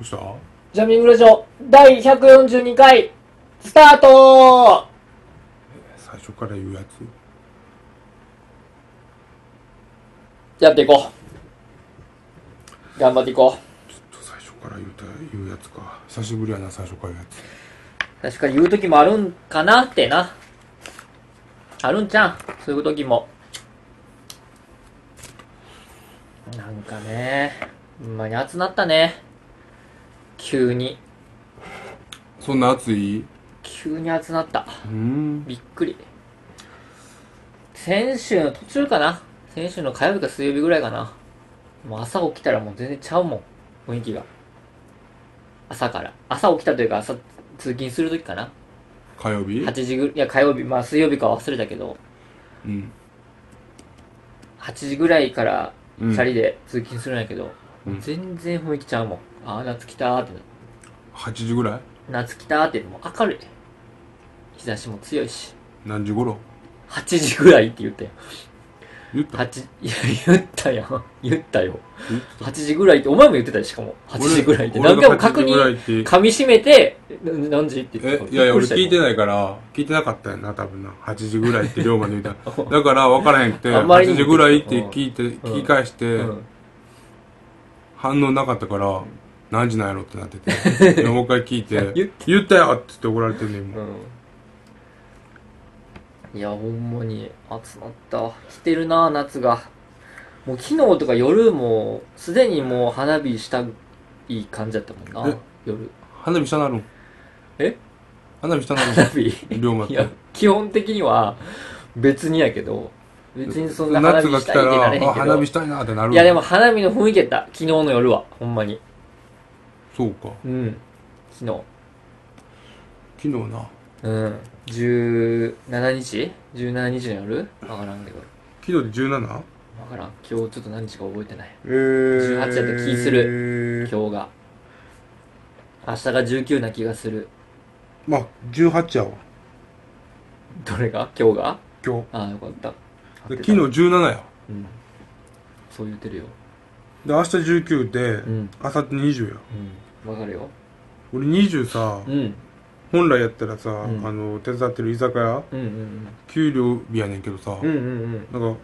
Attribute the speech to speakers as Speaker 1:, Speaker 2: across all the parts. Speaker 1: うした
Speaker 2: ジャミングラジオ第142回スタート
Speaker 1: 最初から言うやつ
Speaker 2: やっていこう。頑張っていこ
Speaker 1: ちょっと最初から言うた言うやつか久しぶりやな最初から言うやつ
Speaker 2: う。確かに言う時もあるんかなってな。あるんちゃん。そういう時も。なんかね、ほんまに暑なったね。急に。
Speaker 1: そんな暑い
Speaker 2: 急に暑なった。
Speaker 1: うん
Speaker 2: びっくり。先週の途中かな先週の火曜日か水曜日ぐらいかなもう朝起きたらもう全然ちゃうもん。雰囲気が。朝から。朝起きたというか朝通勤するときかな
Speaker 1: 火曜日
Speaker 2: ?8 時ぐ、いや火曜日、まあ水曜日かは忘れたけど、
Speaker 1: うん
Speaker 2: 8時ぐらいから
Speaker 1: う
Speaker 2: チ
Speaker 1: ん
Speaker 2: ャリで通勤するんやけど、
Speaker 1: うん
Speaker 2: 全然雰囲気ちゃうもん。ああ、夏来たーって。
Speaker 1: 8時ぐらい
Speaker 2: 夏来たーって、もう明るい。日差しも強いし。
Speaker 1: 何時頃
Speaker 2: 8時ぐらいって言ってん。
Speaker 1: 言った
Speaker 2: 八いや、言ったやん。言ったよ。
Speaker 1: 言っ
Speaker 2: 8時ぐらいって、お前も言ってたよ、しかも。8時ぐらいって。何回も確
Speaker 1: 俺が8時
Speaker 2: 認、
Speaker 1: ぐらいって
Speaker 2: 噛み締めて、な何時って言っ
Speaker 1: え
Speaker 2: てた。
Speaker 1: いやいや俺聞いて
Speaker 2: い。
Speaker 1: ないから聞いてなかったよな多分な8時ぐらいって龍馬に 言うただから分からへんくて
Speaker 2: あんまりに
Speaker 1: 8
Speaker 2: も
Speaker 1: 時ぐらいって聞いて聞き返して、
Speaker 2: うん。
Speaker 1: 反応なかったから何時なんやろってなって てでもう一回聞いて
Speaker 2: 言っ
Speaker 1: 「言ったよ!」って言って怒られてんねん
Speaker 2: う。
Speaker 1: もうん
Speaker 2: いや、ほんまに、暑なった。来てるな、夏が。もう昨日とか夜も、すでにもう花火したい感じだったもん
Speaker 1: え
Speaker 2: な、夜。
Speaker 1: 花火したなるん
Speaker 2: え
Speaker 1: 花火したな
Speaker 2: 花
Speaker 1: る
Speaker 2: 火
Speaker 1: ん 龍馬っ
Speaker 2: い
Speaker 1: て
Speaker 2: や、基本的には、別にやけど、別にそんな花
Speaker 1: 夏
Speaker 2: 火
Speaker 1: が
Speaker 2: し
Speaker 1: 来
Speaker 2: た
Speaker 1: た
Speaker 2: いってな
Speaker 1: ら
Speaker 2: れへんけ
Speaker 1: あ
Speaker 2: ど。
Speaker 1: 花火したいなってなる
Speaker 2: いやでも花火の雰囲気やった。昨日の夜は。ほんまに。
Speaker 1: そうか
Speaker 2: うん。昨日。
Speaker 1: 昨日な
Speaker 2: うん。17日 ?17 日の夜わからんけど。
Speaker 1: 昨日で 17?
Speaker 2: わからん。今日ちょっと何日か覚えてない。
Speaker 1: えー
Speaker 2: 18やった気す
Speaker 1: る
Speaker 2: 今日が。明日が19な気がする。
Speaker 1: まあ18やわ
Speaker 2: どれが今日が
Speaker 1: 今
Speaker 2: ああ、よかった。
Speaker 1: 日で昨
Speaker 2: 合ってた
Speaker 1: 日。17や
Speaker 2: うん。そう言ってるよ。
Speaker 1: で明日19で、
Speaker 2: うん。
Speaker 1: 明後日20や
Speaker 2: うん。わかるよ。
Speaker 1: 俺20さ
Speaker 2: うん。
Speaker 1: 本来やったらさ、
Speaker 2: ん
Speaker 1: あの手伝ってる居酒屋
Speaker 2: うんうん
Speaker 1: 給料日やねんけどさ、
Speaker 2: うん。うんうん
Speaker 1: なんか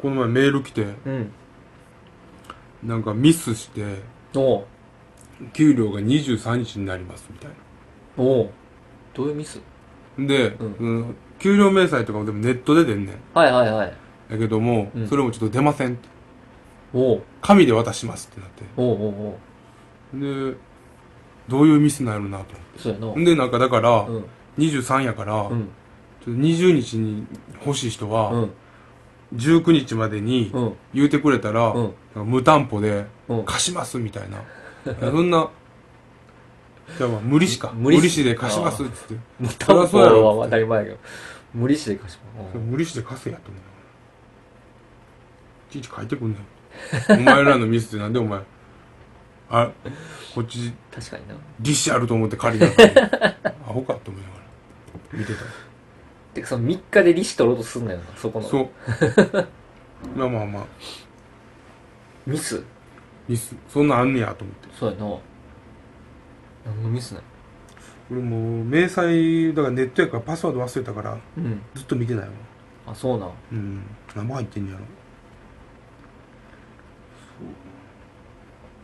Speaker 1: この前メール来て
Speaker 2: うん。うん。
Speaker 1: なんかミスして
Speaker 2: おう。
Speaker 1: 給料が23日になりますみたい
Speaker 2: おう。どういうミス
Speaker 1: なで、
Speaker 2: うん
Speaker 1: うん給料明細とかもでもネットで出んねん
Speaker 2: はいはいはい。
Speaker 1: だけども、
Speaker 2: うん
Speaker 1: それもちょっと出ませんって
Speaker 2: おう。
Speaker 1: 紙で渡しますってなって
Speaker 2: おうおうおう。
Speaker 1: でどういうミスなんやろなと思
Speaker 2: そうやな。
Speaker 1: ってでなんかだから、
Speaker 2: うん。
Speaker 1: 23やから、
Speaker 2: う
Speaker 1: ちょっ
Speaker 2: ん。
Speaker 1: と20日に欲しい人は、
Speaker 2: うん。
Speaker 1: 19日までに
Speaker 2: うん。
Speaker 1: 言うてくれたら、
Speaker 2: う
Speaker 1: な
Speaker 2: ん
Speaker 1: んか無担保で
Speaker 2: うん。
Speaker 1: 貸しますみたいなそん なじゃあまあ無利子か
Speaker 2: 無利子
Speaker 1: で貸しますっつって
Speaker 2: 無担保は当たり前やけど。無利子で貸します。うん
Speaker 1: 無利子で貸せやと思ういちいち書いてくんねんお前らのミスってなんでお前あこっち
Speaker 2: 確かにな。
Speaker 1: 利子あると思って借りたのにアホかって思いながら見てた
Speaker 2: てか、その3日で利子取ろうとすんなよな、そこの。
Speaker 1: そうまあまあまあ
Speaker 2: ミス
Speaker 1: ミスそんなんあんねやと思って
Speaker 2: そうやな。何のミスない
Speaker 1: 俺もう明細だからネットやからパスワード忘れたから
Speaker 2: うん。
Speaker 1: ずっと見てないわ
Speaker 2: あ、そうなん。
Speaker 1: うん何も入ってんねやろ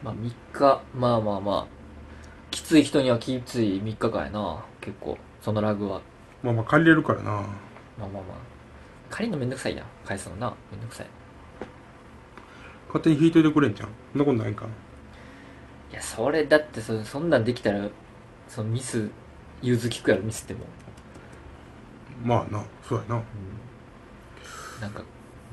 Speaker 2: まあ3日、まあまあまあ。きつい人にはきつい3日間やな。結構、そのラグは。
Speaker 1: まあまあ借りれるからな
Speaker 2: まあまあまあ。借りるのめんどくさいやん。返すのな。めんどくさい。
Speaker 1: 勝手に引いといてくれんじゃんそんなことないんか
Speaker 2: いや、それだってそ、そんなんできたら、そのミス、融通きくやろ、ミスっても。
Speaker 1: まあなそうやな
Speaker 2: うんなんか、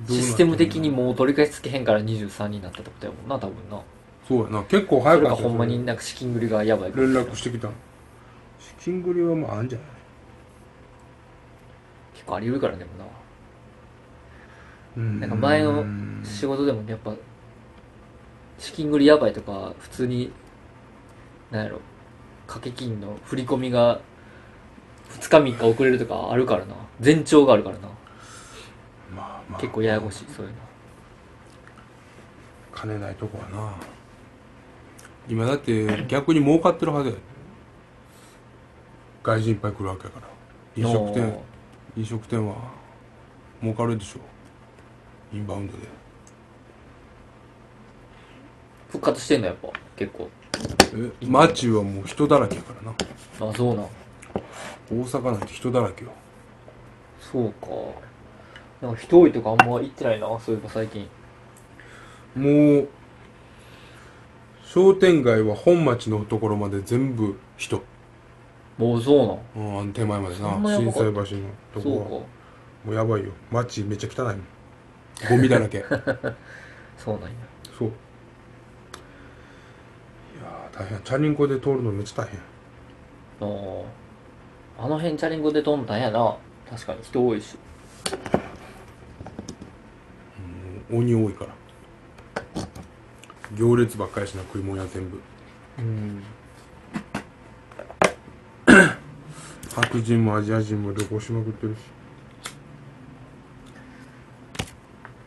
Speaker 1: どうなってんの
Speaker 2: システム的にもう取り返しつけへんから23になったってことやもんな、多分な。
Speaker 1: そうやな結構
Speaker 2: そ
Speaker 1: 早
Speaker 2: れ
Speaker 1: か
Speaker 2: か
Speaker 1: った
Speaker 2: ほ
Speaker 1: よ
Speaker 2: んまになんか資金繰りがやばい
Speaker 1: そ
Speaker 2: か
Speaker 1: れ
Speaker 2: ら
Speaker 1: 連絡してきたの資金繰りはまああんじゃない
Speaker 2: 結構あり得るからね、でもな。
Speaker 1: うん
Speaker 2: なんか前の
Speaker 1: うん
Speaker 2: 仕事でもやっぱ、資金繰りやばいとか、普通に、なんやろ、掛け金の振り込みが、2日3日遅れるとかあるからな。前兆があるからな。
Speaker 1: まあまあ
Speaker 2: 結構ややこしい、そういうの。
Speaker 1: 金ないとこはな今だって逆に儲かってるはずやで外人いっぱい来るわけやから飲食店飲食店は儲かるでしょインバウンドで
Speaker 2: 復活してんのやっぱ結構
Speaker 1: え街はもう人だらけやからな
Speaker 2: あそうなん
Speaker 1: 大阪なんて人だらけよ
Speaker 2: そうかなんか人多いとかあんま行ってないなそういえば最近
Speaker 1: もう商店街は本町のところまで全部人、
Speaker 2: もうそうなん
Speaker 1: うん、あの手前までな
Speaker 2: そんなやば
Speaker 1: 心
Speaker 2: か
Speaker 1: 斎橋のと
Speaker 2: そ
Speaker 1: こ
Speaker 2: う
Speaker 1: は
Speaker 2: か
Speaker 1: もうやばいよ街めっちゃ汚いもんゴミだら け
Speaker 2: そうなんや
Speaker 1: そういやー大変チャリンコで通るのめっちゃ大変
Speaker 2: あーあの辺チャリンコで飛んだんやな確かに人多いし
Speaker 1: うん鬼多いから行列ばっかりやしな食い物屋全部
Speaker 2: うん
Speaker 1: 白人もアジア人も旅行しまくってるし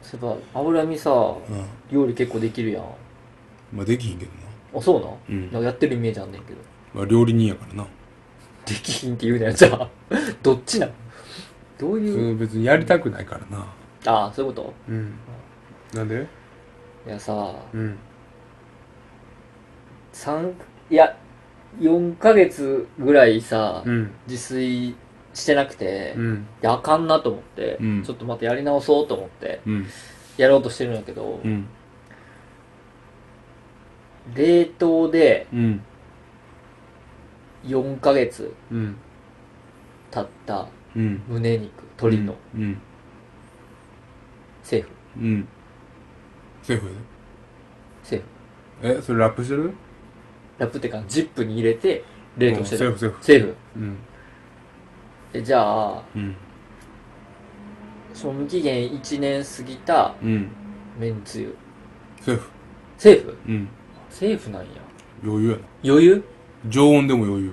Speaker 2: そういえば油見さ
Speaker 1: うん
Speaker 2: 料理結構できるやんあ
Speaker 1: まあできひんけどな
Speaker 2: そうなん
Speaker 1: うん
Speaker 2: なんかやってるイメージあんねんけど
Speaker 1: まあ料理人やからな
Speaker 2: できひんって言うなよじゃあ どっちなんど
Speaker 1: そ
Speaker 2: ういう
Speaker 1: れ別にやりたくないからな
Speaker 2: ああそういうこ
Speaker 1: うんなんで
Speaker 2: といやさ
Speaker 1: うん
Speaker 2: 3いや4ヶ月ぐらいさ、
Speaker 1: うん
Speaker 2: 自炊してなくて、
Speaker 1: う
Speaker 2: い
Speaker 1: ん
Speaker 2: やあかんなと思って、
Speaker 1: うん
Speaker 2: ちょっとまたやり直そうと思って
Speaker 1: うん
Speaker 2: やろうとしてるんやけど、
Speaker 1: うん
Speaker 2: 冷凍で
Speaker 1: うん
Speaker 2: 4ヶ月
Speaker 1: うん
Speaker 2: 経った
Speaker 1: うん
Speaker 2: 胸肉鶏の
Speaker 1: うん
Speaker 2: セーフ
Speaker 1: うんセーフや
Speaker 2: セーフ
Speaker 1: でえそれラップしてる
Speaker 2: ラップってかジップに入れて冷凍して
Speaker 1: うんセー
Speaker 2: る、
Speaker 1: フセーフ
Speaker 2: セーフ
Speaker 1: うん
Speaker 2: えじゃあ
Speaker 1: うん
Speaker 2: 賞味期限1年過ぎた
Speaker 1: うん
Speaker 2: めんつゆ
Speaker 1: セーフ
Speaker 2: セーフ
Speaker 1: うん
Speaker 2: セーフなんや
Speaker 1: 余裕やな
Speaker 2: 余裕
Speaker 1: 常温でも余裕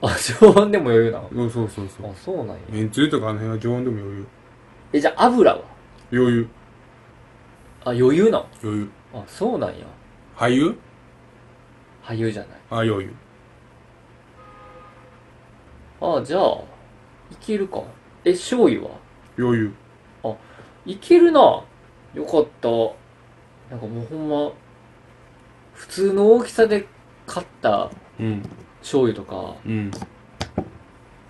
Speaker 2: あ常温でも余裕なの
Speaker 1: うんそうそうそう
Speaker 2: あそうなんや
Speaker 1: めんつゆとかあの辺は常温でも余裕
Speaker 2: えじゃあ油は
Speaker 1: 余裕
Speaker 2: あ余裕なの
Speaker 1: 余裕
Speaker 2: あそうなんや
Speaker 1: 俳優
Speaker 2: 俳優じゃない
Speaker 1: あ余裕
Speaker 2: あじゃあいけるかえ醤油は
Speaker 1: 余裕
Speaker 2: いけるなよかったなんかもうほんま普通の大きさで買った
Speaker 1: うん
Speaker 2: 醤油とか
Speaker 1: うん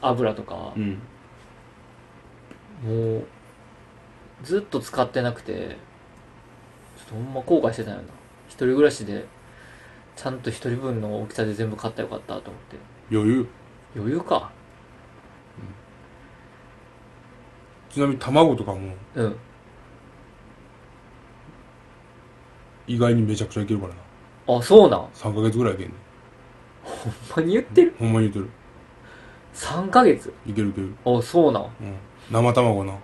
Speaker 2: 油とか
Speaker 1: う、ん
Speaker 2: もうずっと使ってなくてちょっとほんま後悔してたよな一人暮らしでちゃんと一人分の大きさで全部買ったらよかったと思って
Speaker 1: 余裕
Speaker 2: 余裕か
Speaker 1: ちなみに卵とかも
Speaker 2: うん
Speaker 1: 意外にめちゃくちゃいけるからな
Speaker 2: あそうなん
Speaker 1: 3ヶ月ぐらいいけんね
Speaker 2: ほんまに言ってる
Speaker 1: ほんまに言うて
Speaker 2: 3ヶ月
Speaker 1: るいけるいける
Speaker 2: あそうなん
Speaker 1: うん生卵な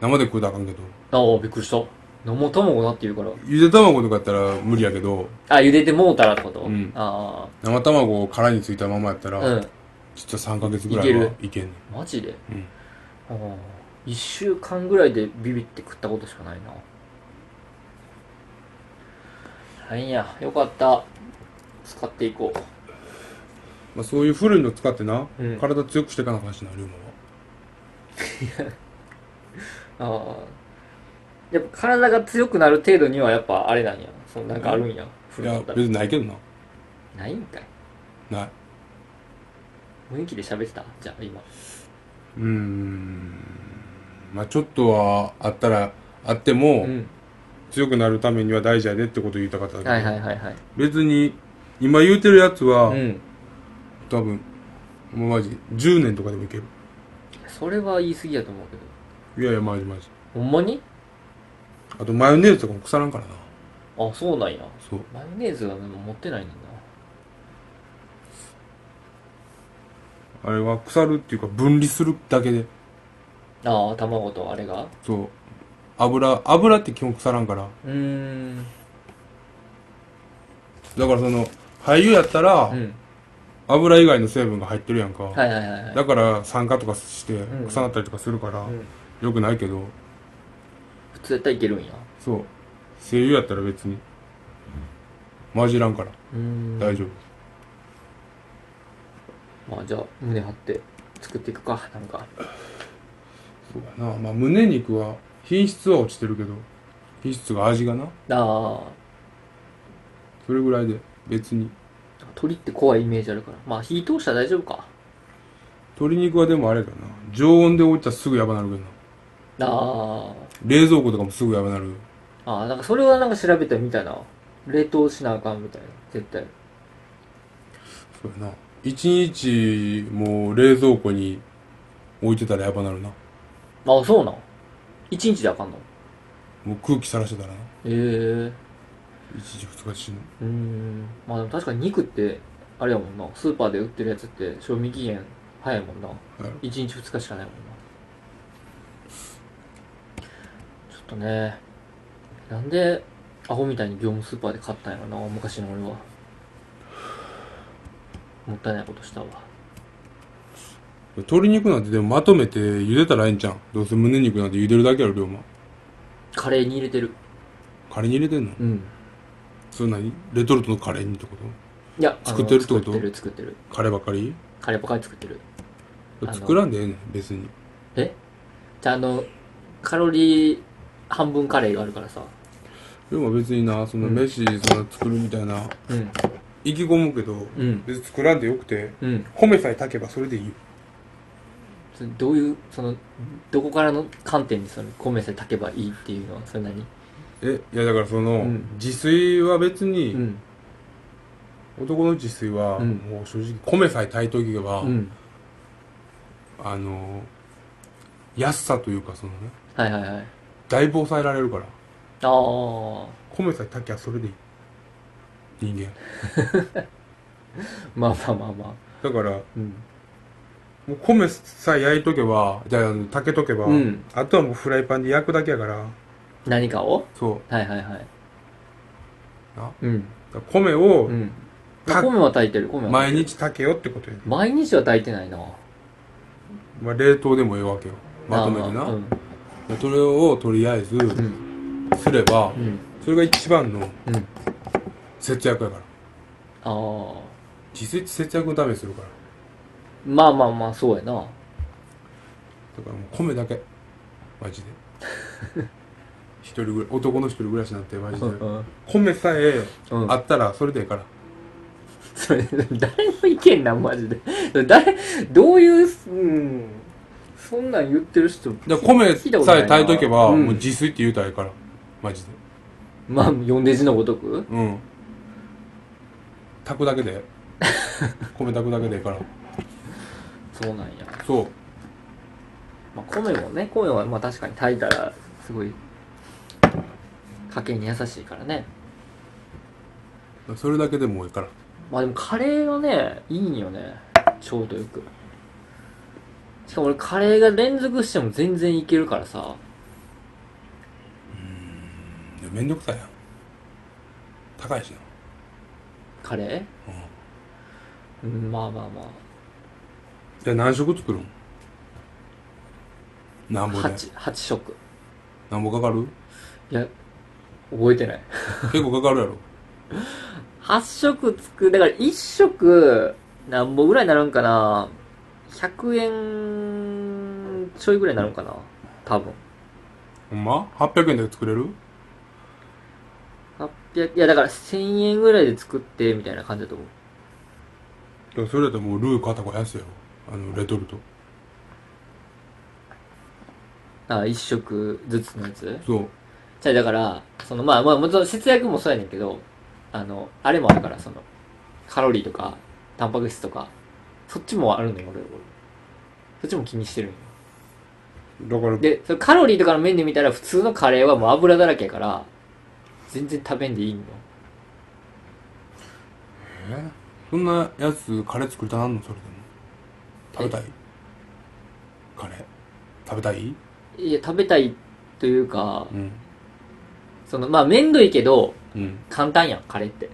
Speaker 1: 生で食うたらあかんけど
Speaker 2: ああびっくりした生卵なって言うから
Speaker 1: ゆで卵とかやったら無理やけど
Speaker 2: あ茹でてもうたらってこと、
Speaker 1: うん
Speaker 2: あ
Speaker 1: 生卵を殻についたままやった
Speaker 2: あ
Speaker 1: ら、
Speaker 2: うん
Speaker 1: 実は3ヶ月ぐらいはいいけんねん
Speaker 2: マジで
Speaker 1: うん
Speaker 2: ああ1週間ぐらいでビビって食ったことしかないなはいやよかった使っていこ
Speaker 1: まあ、そういう古いの使ってな、
Speaker 2: うん
Speaker 1: 体強くしていかなあかんしな龍馬は
Speaker 2: うああやっぱ体が強くなる程度にはやっぱあれなんやそのなんかあるんや、
Speaker 1: い
Speaker 2: 古か
Speaker 1: や
Speaker 2: ったら
Speaker 1: 別にないけどな
Speaker 2: ないんかい
Speaker 1: ない
Speaker 2: 雰囲気で喋ってたじゃあ今
Speaker 1: うーんまあちょっとはあったらあっても、
Speaker 2: うん
Speaker 1: 強くなるためには大事やでってこと言いたかったけど、
Speaker 2: はいはいはいはい
Speaker 1: 別に今言うてるやつは、
Speaker 2: うん
Speaker 1: 多分もうマジ10年とかでもいける
Speaker 2: それは言い過ぎやと思うけど
Speaker 1: いやいやマジマジ
Speaker 2: ほんまに
Speaker 1: あとマヨネーズとかも腐らんからな
Speaker 2: あそうなんや
Speaker 1: そう
Speaker 2: マヨネーズは持ってないねんだ
Speaker 1: あれは腐るっていうか分離するだけで
Speaker 2: ああ卵とあれが
Speaker 1: そう油油って基本腐らんから
Speaker 2: うーん
Speaker 1: だからその俳優やったら、
Speaker 2: うん
Speaker 1: 油以外の成分が入ってるやんか、
Speaker 2: はいはいはいはい
Speaker 1: だから酸化とかして
Speaker 2: うん
Speaker 1: 腐ったりとかするから、
Speaker 2: うん
Speaker 1: よくないけど
Speaker 2: 普通やったらいけるんや
Speaker 1: そう声優やったら別に混じらんから
Speaker 2: うん
Speaker 1: 大丈夫
Speaker 2: まあじゃあ胸張って作っていくかなんか
Speaker 1: そうやなまあ胸肉は品質は落ちてるけど品質が味がな
Speaker 2: ああ
Speaker 1: それぐらいで別に
Speaker 2: 鳥って怖いイメージあるからまあ火通したら大丈夫か
Speaker 1: 鶏肉はでもあれだな常温で置いたらすぐやばなるけどな
Speaker 2: あ
Speaker 1: 冷蔵庫とかもすぐやばなる
Speaker 2: あああなんかそれはなんか調べたみたいな冷凍しなあかんみたいな絶対
Speaker 1: そうやな一日もう冷蔵庫に置いてたらやばなるな
Speaker 2: あそうなん一日であかんの
Speaker 1: もう空気さらしてたらな
Speaker 2: ええー、
Speaker 1: 一日二日で死ぬ
Speaker 2: うーんまあでも確かに肉ってあれやもんなスーパーで売ってるやつって賞味期限早いもんな
Speaker 1: やろ
Speaker 2: 1日2日しかないもんなちょっとねなんでアホみたいに業務スーパーで買ったんやろな昔の俺はもったいないことしたわ
Speaker 1: 鶏肉なんてでもまとめて茹でたらええんちゃうどうせ胸肉なんて茹でるだけやろ龍馬
Speaker 2: カレーに入れてる
Speaker 1: カレーに入れてんの
Speaker 2: うん
Speaker 1: それ何レトルトのカレーにってこ
Speaker 2: いやあの
Speaker 1: 作ってるってこと
Speaker 2: 作ってる作ってる
Speaker 1: とカレーばかり
Speaker 2: カレーばかり作ってるあの
Speaker 1: 作らんでええねん別に
Speaker 2: えじゃああのカロリー半分カレーがあるからさ
Speaker 1: 龍馬別になその
Speaker 2: うん
Speaker 1: 飯その作るみたいな
Speaker 2: うん
Speaker 1: 意気込むけど
Speaker 2: うん
Speaker 1: 別に作らんでよくて
Speaker 2: うん
Speaker 1: 褒めさえ炊けばそれでいいよ
Speaker 2: それどういうそのどこからの観点にその米さえ炊けばいいっていうのはそれ何
Speaker 1: えいやだからその、
Speaker 2: うん
Speaker 1: 自炊は別に、
Speaker 2: うん
Speaker 1: 男の自炊は、
Speaker 2: うん
Speaker 1: もう正直米さえ炊いとけば、
Speaker 2: うん
Speaker 1: あの安さというかそのね
Speaker 2: はいはいはい
Speaker 1: だいぶ抑えられるから
Speaker 2: ああ
Speaker 1: 米さえ炊きゃそれでいい人間
Speaker 2: まあまあまあまあ
Speaker 1: だからも
Speaker 2: うん
Speaker 1: う米さえ焼いとけばじゃああの炊けとけば、
Speaker 2: うん
Speaker 1: あとはもうフライパンで焼くだけやから
Speaker 2: 何かを
Speaker 1: そう
Speaker 2: はいはいはい
Speaker 1: な
Speaker 2: うん
Speaker 1: だから米を
Speaker 2: うん
Speaker 1: た
Speaker 2: 米は炊いてる米は
Speaker 1: 毎
Speaker 2: 炊
Speaker 1: 日
Speaker 2: いてる
Speaker 1: 炊けよってことやね、
Speaker 2: 毎日は炊いてないな
Speaker 1: まあ、冷凍でもええわけよまとめてな、
Speaker 2: あーうん
Speaker 1: それをとりあえず
Speaker 2: うん
Speaker 1: すれば、
Speaker 2: うん
Speaker 1: それが一番の
Speaker 2: うん
Speaker 1: 節約やから
Speaker 2: ああ
Speaker 1: 自炊って節約のためにするから
Speaker 2: まあまあまあそうやな
Speaker 1: だからもう米だけマジで一人ぐらい男の一人暮らしなんてマジで
Speaker 2: うんうん
Speaker 1: 米さえ
Speaker 2: うん
Speaker 1: あったらそれでええから
Speaker 2: それ誰の意見なんマジでそれ誰どういううんそんなん言ってる人
Speaker 1: だから米
Speaker 2: 聞いたこと
Speaker 1: さ
Speaker 2: ない
Speaker 1: え
Speaker 2: な
Speaker 1: 炊いとけば、
Speaker 2: うん
Speaker 1: もう自炊って言うたらええからマジで
Speaker 2: まあ読んで字のごとく
Speaker 1: うん炊くだけ で米炊くだけでええから
Speaker 2: そうなんや、
Speaker 1: そう
Speaker 2: まあ、米もね米はまあ確かに炊いたらすごい家計に優しいからね
Speaker 1: だからそれだけでもええから
Speaker 2: まあでもカレーはねいいんよねちょうどよくしかも俺カレーが連続しても全然いけるからさ
Speaker 1: いやめんどくさいやん高いしな
Speaker 2: カレーうんまあまあま
Speaker 1: じゃあ何食作るんなん
Speaker 2: あ
Speaker 1: ぼで
Speaker 2: 8, 八食
Speaker 1: なんぼかかる
Speaker 2: いや覚えてない
Speaker 1: 結構かかるやろ
Speaker 2: 8食つく、だから1食、何本ぐらいになるんかな ?100 円ちょいぐらいになるんかな多分。
Speaker 1: ほんま ?800 円で作れる
Speaker 2: 800、いやだから1000円ぐらいで作って、みたいな感じだと思う。
Speaker 1: でもそれやったらもうルー片方安いやろあのレトルト
Speaker 2: あ、1食ずつのやつ
Speaker 1: そう
Speaker 2: じゃあだから、そのまあまあ、もちろん節約もそうやねんけど、あの、あれもあるから、その、カロリーとか、タンパク質とか、そっちもあるのよ、俺。俺そっちも気にしてるんよ。
Speaker 1: だから
Speaker 2: で、そのカロリーとかの面で見たら普通のカレーはもう油だらけやから、全然食べんでいいの。
Speaker 1: えそんなやつカレー作りたなんのそれでも食べたいカレー食べたい
Speaker 2: いや、食べたいというか、
Speaker 1: うん
Speaker 2: その、まあ、めんどいけど、
Speaker 1: うん
Speaker 2: 簡単やん、カレーって。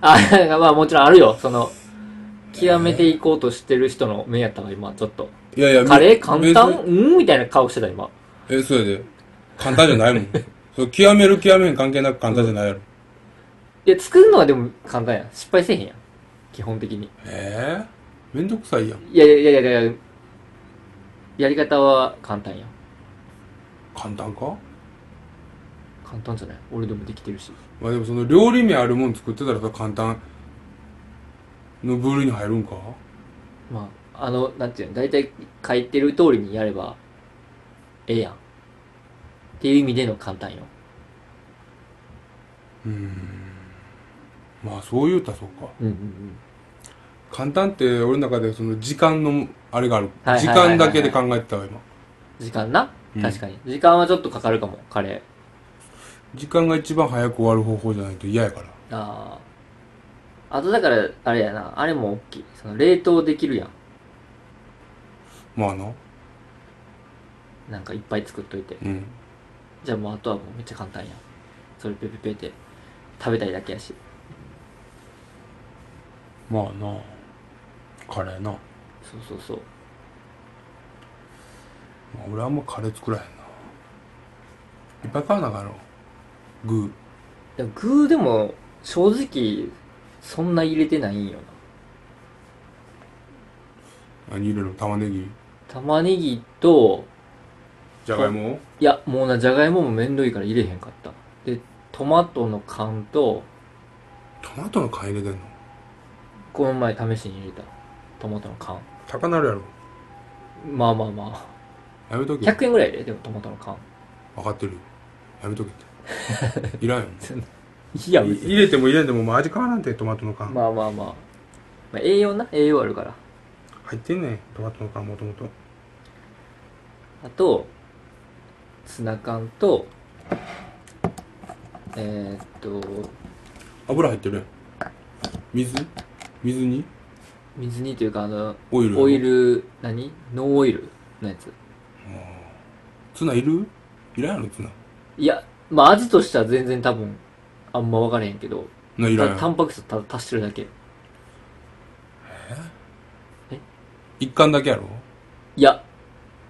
Speaker 2: あ、 なんかまあもちろんあるよ、その、極めていこうとしてる人の目やったわ、今、ちょっと。
Speaker 1: いやいや
Speaker 2: カレー簡単
Speaker 1: 別に
Speaker 2: うんみたいな顔してた、今。
Speaker 1: え そうやで簡単じゃないもんそう極める極めん関係なく簡単じゃないやろ
Speaker 2: いや、作るのはでも簡単やん。失敗せえへんやん。基本的に。
Speaker 1: ええめんどくさいやん
Speaker 2: いやいやいやいやいや、やり方は簡単やん。
Speaker 1: 簡単か
Speaker 2: 簡単じゃない俺でもできてるし。
Speaker 1: まあでもその料理名あるもん作ってたらさ簡単の部類に入るんか
Speaker 2: まあ、あの、なんていうの、大体書いてる通りにやれば、ええやん。っていう意味での簡単よ。
Speaker 1: うーんまあそう言うたらそうか
Speaker 2: うんうんうん。
Speaker 1: 簡単って俺の中でその時間のあれがある
Speaker 2: はいはい
Speaker 1: 時
Speaker 2: はいはい
Speaker 1: 間だけで考えてたわ今
Speaker 2: 時間な
Speaker 1: うん
Speaker 2: 確かに、時間はちょっとかかるかも、カレー。
Speaker 1: 時間が一番早く終わる方法じゃないと嫌やから
Speaker 2: ああ。あとだから、あれやな、あれも大きい。その冷凍できるや。
Speaker 1: まあなん
Speaker 2: なんかいっぱい作っといて。
Speaker 1: うん
Speaker 2: じゃあもうあとはもうめっちゃ簡単やん。それペペペって食べたいだけやし。
Speaker 1: まあなカレーな、ま
Speaker 2: そうそうそう。
Speaker 1: あ俺あんまカレー作らへんないっぱい買わなあかんやろグ
Speaker 2: でも具でも正直そんな入れてないんよな。
Speaker 1: ー何入れるの玉ねぎ
Speaker 2: 玉ねぎと、
Speaker 1: じゃがいも
Speaker 2: いや、もうな、じゃがいももめんどいから入れへんかった。で、トマトの缶と、
Speaker 1: トマトの缶入れてんの
Speaker 2: この前試しに入れた。トマトの缶。
Speaker 1: 高なるやろ
Speaker 2: まあまあま
Speaker 1: やめと
Speaker 2: あ。
Speaker 1: け
Speaker 2: 100円ぐらいで、でもトマトの缶。
Speaker 1: 分かってるよやめとけって いらんよ
Speaker 2: いや、別に
Speaker 1: 入れても入れんでももう味変わらんてトマトの缶、
Speaker 2: まあまあまあ。まあ、栄養な、栄養あるから。
Speaker 1: 入ってんねんトマトの缶もともと
Speaker 2: あと、ツナ缶と、えー、っと、
Speaker 1: 油入ってるやん水水に
Speaker 2: 水煮というか、あの、
Speaker 1: オイル
Speaker 2: オイル、何ノンオイルのやつ。
Speaker 1: ツナいるいらんやろツナ
Speaker 2: いや、まあ味としては全然多分、あんま分からへんけど、
Speaker 1: ないらん
Speaker 2: た
Speaker 1: や
Speaker 2: タ
Speaker 1: ろ
Speaker 2: ンパク質ただ足してるだけ。
Speaker 1: 一貫だけやろ
Speaker 2: いや、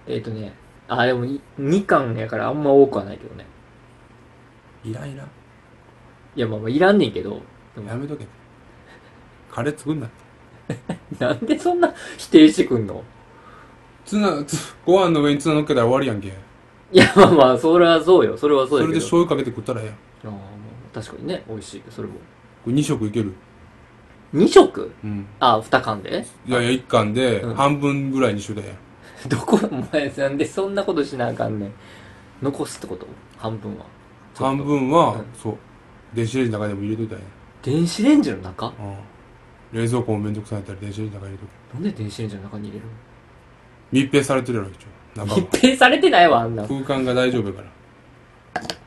Speaker 2: えー、っとね、あ、でもに2巻やからあんま多くはないけどね。
Speaker 1: いらんいらん
Speaker 2: いや、まあまあいらんねんけど、 で
Speaker 1: や
Speaker 2: も
Speaker 1: めとけってカレー作んな
Speaker 2: なんでそんな 否定してくんの
Speaker 1: ツナツご飯の上にツナ乗っけたら終わりやんけ
Speaker 2: いや、まあまあ、それはそうよ。それはそ
Speaker 1: そう
Speaker 2: や
Speaker 1: れ
Speaker 2: け
Speaker 1: で
Speaker 2: ど。
Speaker 1: 醤油かけて食ったらええやんこ
Speaker 2: ああ、まあ確かにね、美味しい。それも。
Speaker 1: れ2食いける
Speaker 2: 2食
Speaker 1: うん
Speaker 2: あ、2缶で
Speaker 1: いやいや1貫で
Speaker 2: うん
Speaker 1: 半分ぐらいにしといたらええやん
Speaker 2: どこ、お前なんでそんなことしなあかんねん。残すってこと半分は。ちょっと
Speaker 1: 半分は、
Speaker 2: うん
Speaker 1: そう電子レンジの中でも入れといたらえ
Speaker 2: 電子レンジの中
Speaker 1: えやん、うん、冷蔵庫もめんどくさいやったら電子レンジの中に入れと
Speaker 2: なんで電子レンジの中に入れる
Speaker 1: け密閉されてるやろ一応中
Speaker 2: の密閉されてないわ、あんなん。なん
Speaker 1: は空間が大丈夫やから
Speaker 2: か、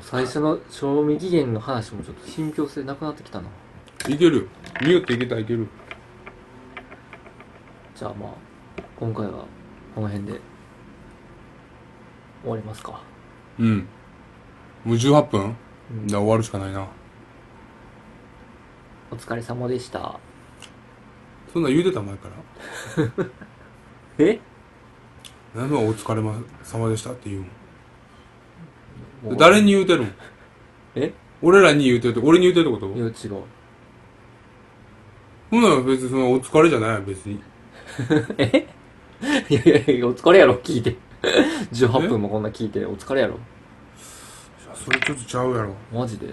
Speaker 2: 最初の賞味期限の話もちょっと信憑性なくなってきたな。
Speaker 1: いけるよ見よっていけたらいける
Speaker 2: じゃあまあ、今回はこの辺で終わりますか。
Speaker 1: うんもう18分
Speaker 2: うん
Speaker 1: じゃあ終わるしかないな
Speaker 2: お疲れ様でした。
Speaker 1: そんなん言うてた前から
Speaker 2: え
Speaker 1: 何はお疲れ様でしたって言うもん誰に言うてるん
Speaker 2: え
Speaker 1: 俺らに言うてるって俺に言うてるってこ
Speaker 2: い
Speaker 1: と
Speaker 2: や、違う。
Speaker 1: ほんなら別にそのお疲れじゃないよ別に
Speaker 2: いやいやいや、お疲れやろ、聞 いて。18分もこんな聞いて、お疲れやろ。
Speaker 1: それちょっとちゃうやろ
Speaker 2: マジで。ち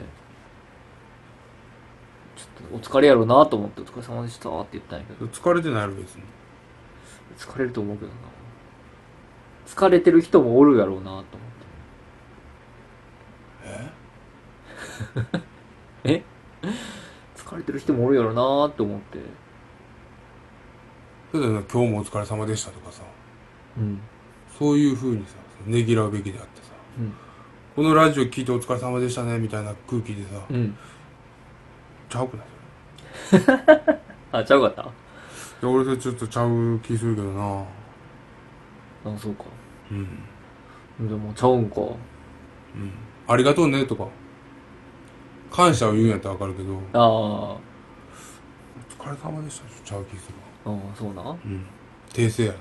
Speaker 2: ょっと、お疲れやろなと思って、お疲れ様でしたって言ったんやけど、
Speaker 1: 疲れてないやろ別に
Speaker 2: 疲れると思うけどな。疲れてる人もおるやろうなと思って。ええ疲れてる人もおるやろなと思って。
Speaker 1: だってな今日もお疲れ様でしたとかさ
Speaker 2: うん。
Speaker 1: そういう風にさねぎらうべきであってさ
Speaker 2: うん。
Speaker 1: このラジオ聞いてお疲れ様でしたねみたいな空気でさ、
Speaker 2: うん。
Speaker 1: ちゃうくない
Speaker 2: あ、ちゃうかった
Speaker 1: いや俺とちょっとちゃう気するけどな
Speaker 2: あ、そうか。
Speaker 1: うん
Speaker 2: でも、ちゃうんか。
Speaker 1: うんありがとうねとか感謝を言うんやったらわかるけど
Speaker 2: ああ、あ
Speaker 1: お疲れ様でしたちょっとちゃう気するわ
Speaker 2: あ、そうな。
Speaker 1: うん訂正や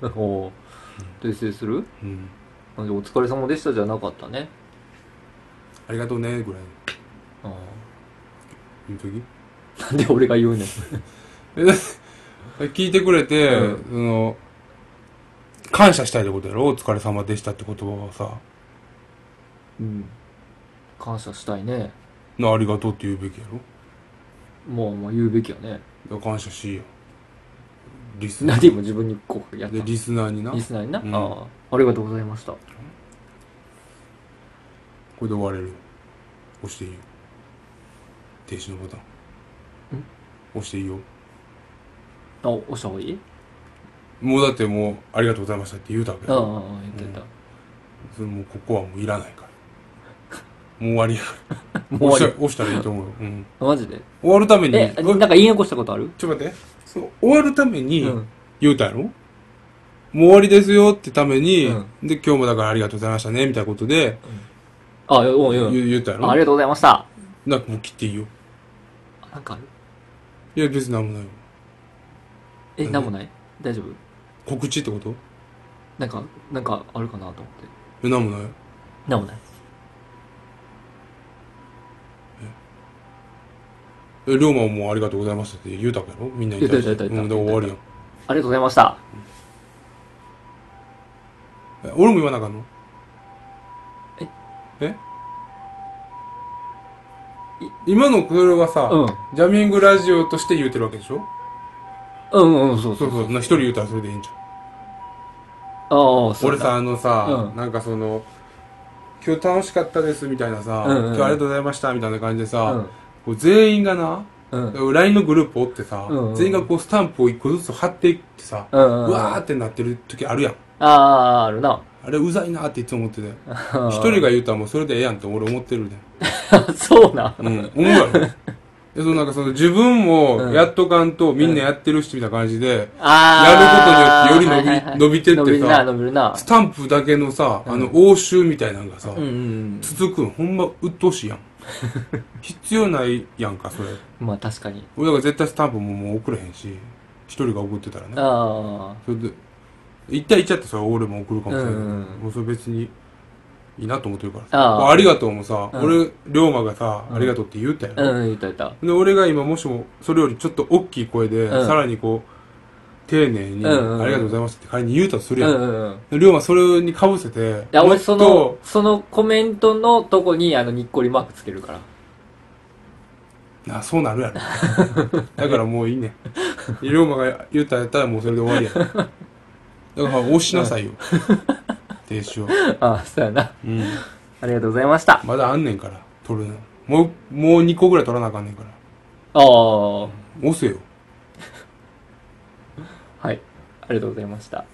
Speaker 1: な
Speaker 2: おお訂正する
Speaker 1: うん
Speaker 2: なんでお疲れ様でしたじゃなかったね
Speaker 1: ありがとうねぐらい
Speaker 2: あ
Speaker 1: 言うとき
Speaker 2: ーなんで俺が言うねん。
Speaker 1: えだって聞いてくれて、
Speaker 2: うん
Speaker 1: その感謝したいってことやろお疲れ様でしたって言葉はさ
Speaker 2: うん。感謝したいね。
Speaker 1: なありがとうって言うべきやろ
Speaker 2: もう、もう言うべきよね。
Speaker 1: いや感謝しいよリスナー
Speaker 2: 何も自分にこうやった
Speaker 1: でリスナーにな
Speaker 2: リスナーにな。
Speaker 1: うん
Speaker 2: ああ、ありがとうございました。
Speaker 1: これで終われる押していいよ停止のボタン
Speaker 2: ん
Speaker 1: 押していいよ
Speaker 2: あ、押した方がいい
Speaker 1: もうだってもうありがとうございましたって言うたわけだ
Speaker 2: ああ、
Speaker 1: ろ
Speaker 2: ああ言ってた。
Speaker 1: それもうここはもういらない からもう終わりやから
Speaker 2: も
Speaker 1: 押
Speaker 2: う終わ
Speaker 1: した押したらいいと思うよ、うん、
Speaker 2: り。マジで
Speaker 1: 終わるために
Speaker 2: え、
Speaker 1: こ
Speaker 2: なんか言い残したことある
Speaker 1: ちょっと待って。その終わるため
Speaker 2: う
Speaker 1: に
Speaker 2: ん。
Speaker 1: 言うたやろ、もう終わりですよってために、
Speaker 2: うん
Speaker 1: で、今日もだからありがとうございましたね、みたいなことで
Speaker 2: あ、うん、
Speaker 1: 言,、
Speaker 2: うん。
Speaker 1: 言うたやろ
Speaker 2: あありがとうございました。
Speaker 1: なんかもう切っていいよ。
Speaker 2: あなんかある
Speaker 1: いや、別になんもないよ。
Speaker 2: え、
Speaker 1: うん
Speaker 2: なんもない大丈夫
Speaker 1: 告知ってことい
Speaker 2: なんか、なんかあるかなと思って。
Speaker 1: や、なんもないよ。
Speaker 2: なんもない。
Speaker 1: え、龍馬ももうありがとうございましたって言うたやろみんなに
Speaker 2: 言った言った言
Speaker 1: う
Speaker 2: っ
Speaker 1: ん、だか
Speaker 2: た
Speaker 1: ら終わりやん。
Speaker 2: ありがとうございました。
Speaker 1: え俺も言わなあかんの
Speaker 2: え
Speaker 1: えい今のこれはさ、
Speaker 2: うん
Speaker 1: ジャミングラジオとして言うてるわけでしょ
Speaker 2: うんうんうん、そう
Speaker 1: そ
Speaker 2: そうう。
Speaker 1: そう、な一人言うたらそれでいいんじゃん。
Speaker 2: ああ、そう。
Speaker 1: 俺さ、、あのさ、
Speaker 2: うん
Speaker 1: なんかその今日楽しかったですみたいなさ、
Speaker 2: うんうんうん
Speaker 1: 今日ありがとうございましたみたいな感じで
Speaker 2: う
Speaker 1: さ、
Speaker 2: ん。
Speaker 1: こう全員がな、
Speaker 2: うん。
Speaker 1: LINE のグループおってさ、
Speaker 2: うんうん
Speaker 1: 全員がこうスタンプを一個ずつ貼っていってさ、
Speaker 2: うん。
Speaker 1: うわー
Speaker 2: あ
Speaker 1: ってなってる時あるやん
Speaker 2: あー、あるな。
Speaker 1: あれうざいなーっていつも思ってて
Speaker 2: 一
Speaker 1: 一人が言うたらもうそれでええやんって俺思ってるで、
Speaker 2: が。 そうな。
Speaker 1: うん、思うやろでそのなんかその自分もやっとかんとみんなやってるしみたいな感じで、
Speaker 2: ああ。
Speaker 1: やることによってより伸び
Speaker 2: はいはいはい
Speaker 1: 伸びてってさ
Speaker 2: 伸びるな、伸
Speaker 1: スタンプだけのさ、あの
Speaker 2: うん
Speaker 1: 応酬みたいなのがさ、
Speaker 2: びるな。うんうん
Speaker 1: 続くんほんま鬱陶しいや ん必要ないやんかそれ
Speaker 2: うん。まあ確かに。
Speaker 1: 俺だから絶対スタンプももう送れへんし一人が送ってたらね
Speaker 2: あ
Speaker 1: それで一対一やったらそれ俺も送るかもしれないけど、
Speaker 2: うんうんうん
Speaker 1: もうそれ別にいいなと思ってるからさ
Speaker 2: あー
Speaker 1: ありがとうもさ、
Speaker 2: うん
Speaker 1: 俺龍馬がさ、
Speaker 2: うん
Speaker 1: ありがとうって言うたや
Speaker 2: あ。
Speaker 1: ろ、
Speaker 2: うん、言った言った。
Speaker 1: で俺が今もしもそれよりちょっと大きい声で、
Speaker 2: うん
Speaker 1: さらにこう丁寧に、
Speaker 2: うんうんうん
Speaker 1: ありがとうございますって仮に言うたとす
Speaker 2: う
Speaker 1: る
Speaker 2: ん
Speaker 1: やん、
Speaker 2: うんうん。
Speaker 1: で龍馬それにかぶせて
Speaker 2: いや、
Speaker 1: も
Speaker 2: 俺
Speaker 1: っ
Speaker 2: そ
Speaker 1: と
Speaker 2: の、そのコメントのとこに、あの、にっこりマークつけるから。
Speaker 1: あそうなるやろだからもういい ね龍馬が言うたんやったらもうそれで終わりやだから押しなさいよ停止を、
Speaker 2: ああ、そうやな。
Speaker 1: うん、
Speaker 2: ありがとうございました。あ
Speaker 1: まだあんねんから取るのもうもう2個ぐらい取らなあかんねんから
Speaker 2: あー、
Speaker 1: 押せよ
Speaker 2: はい。ありがとうございました。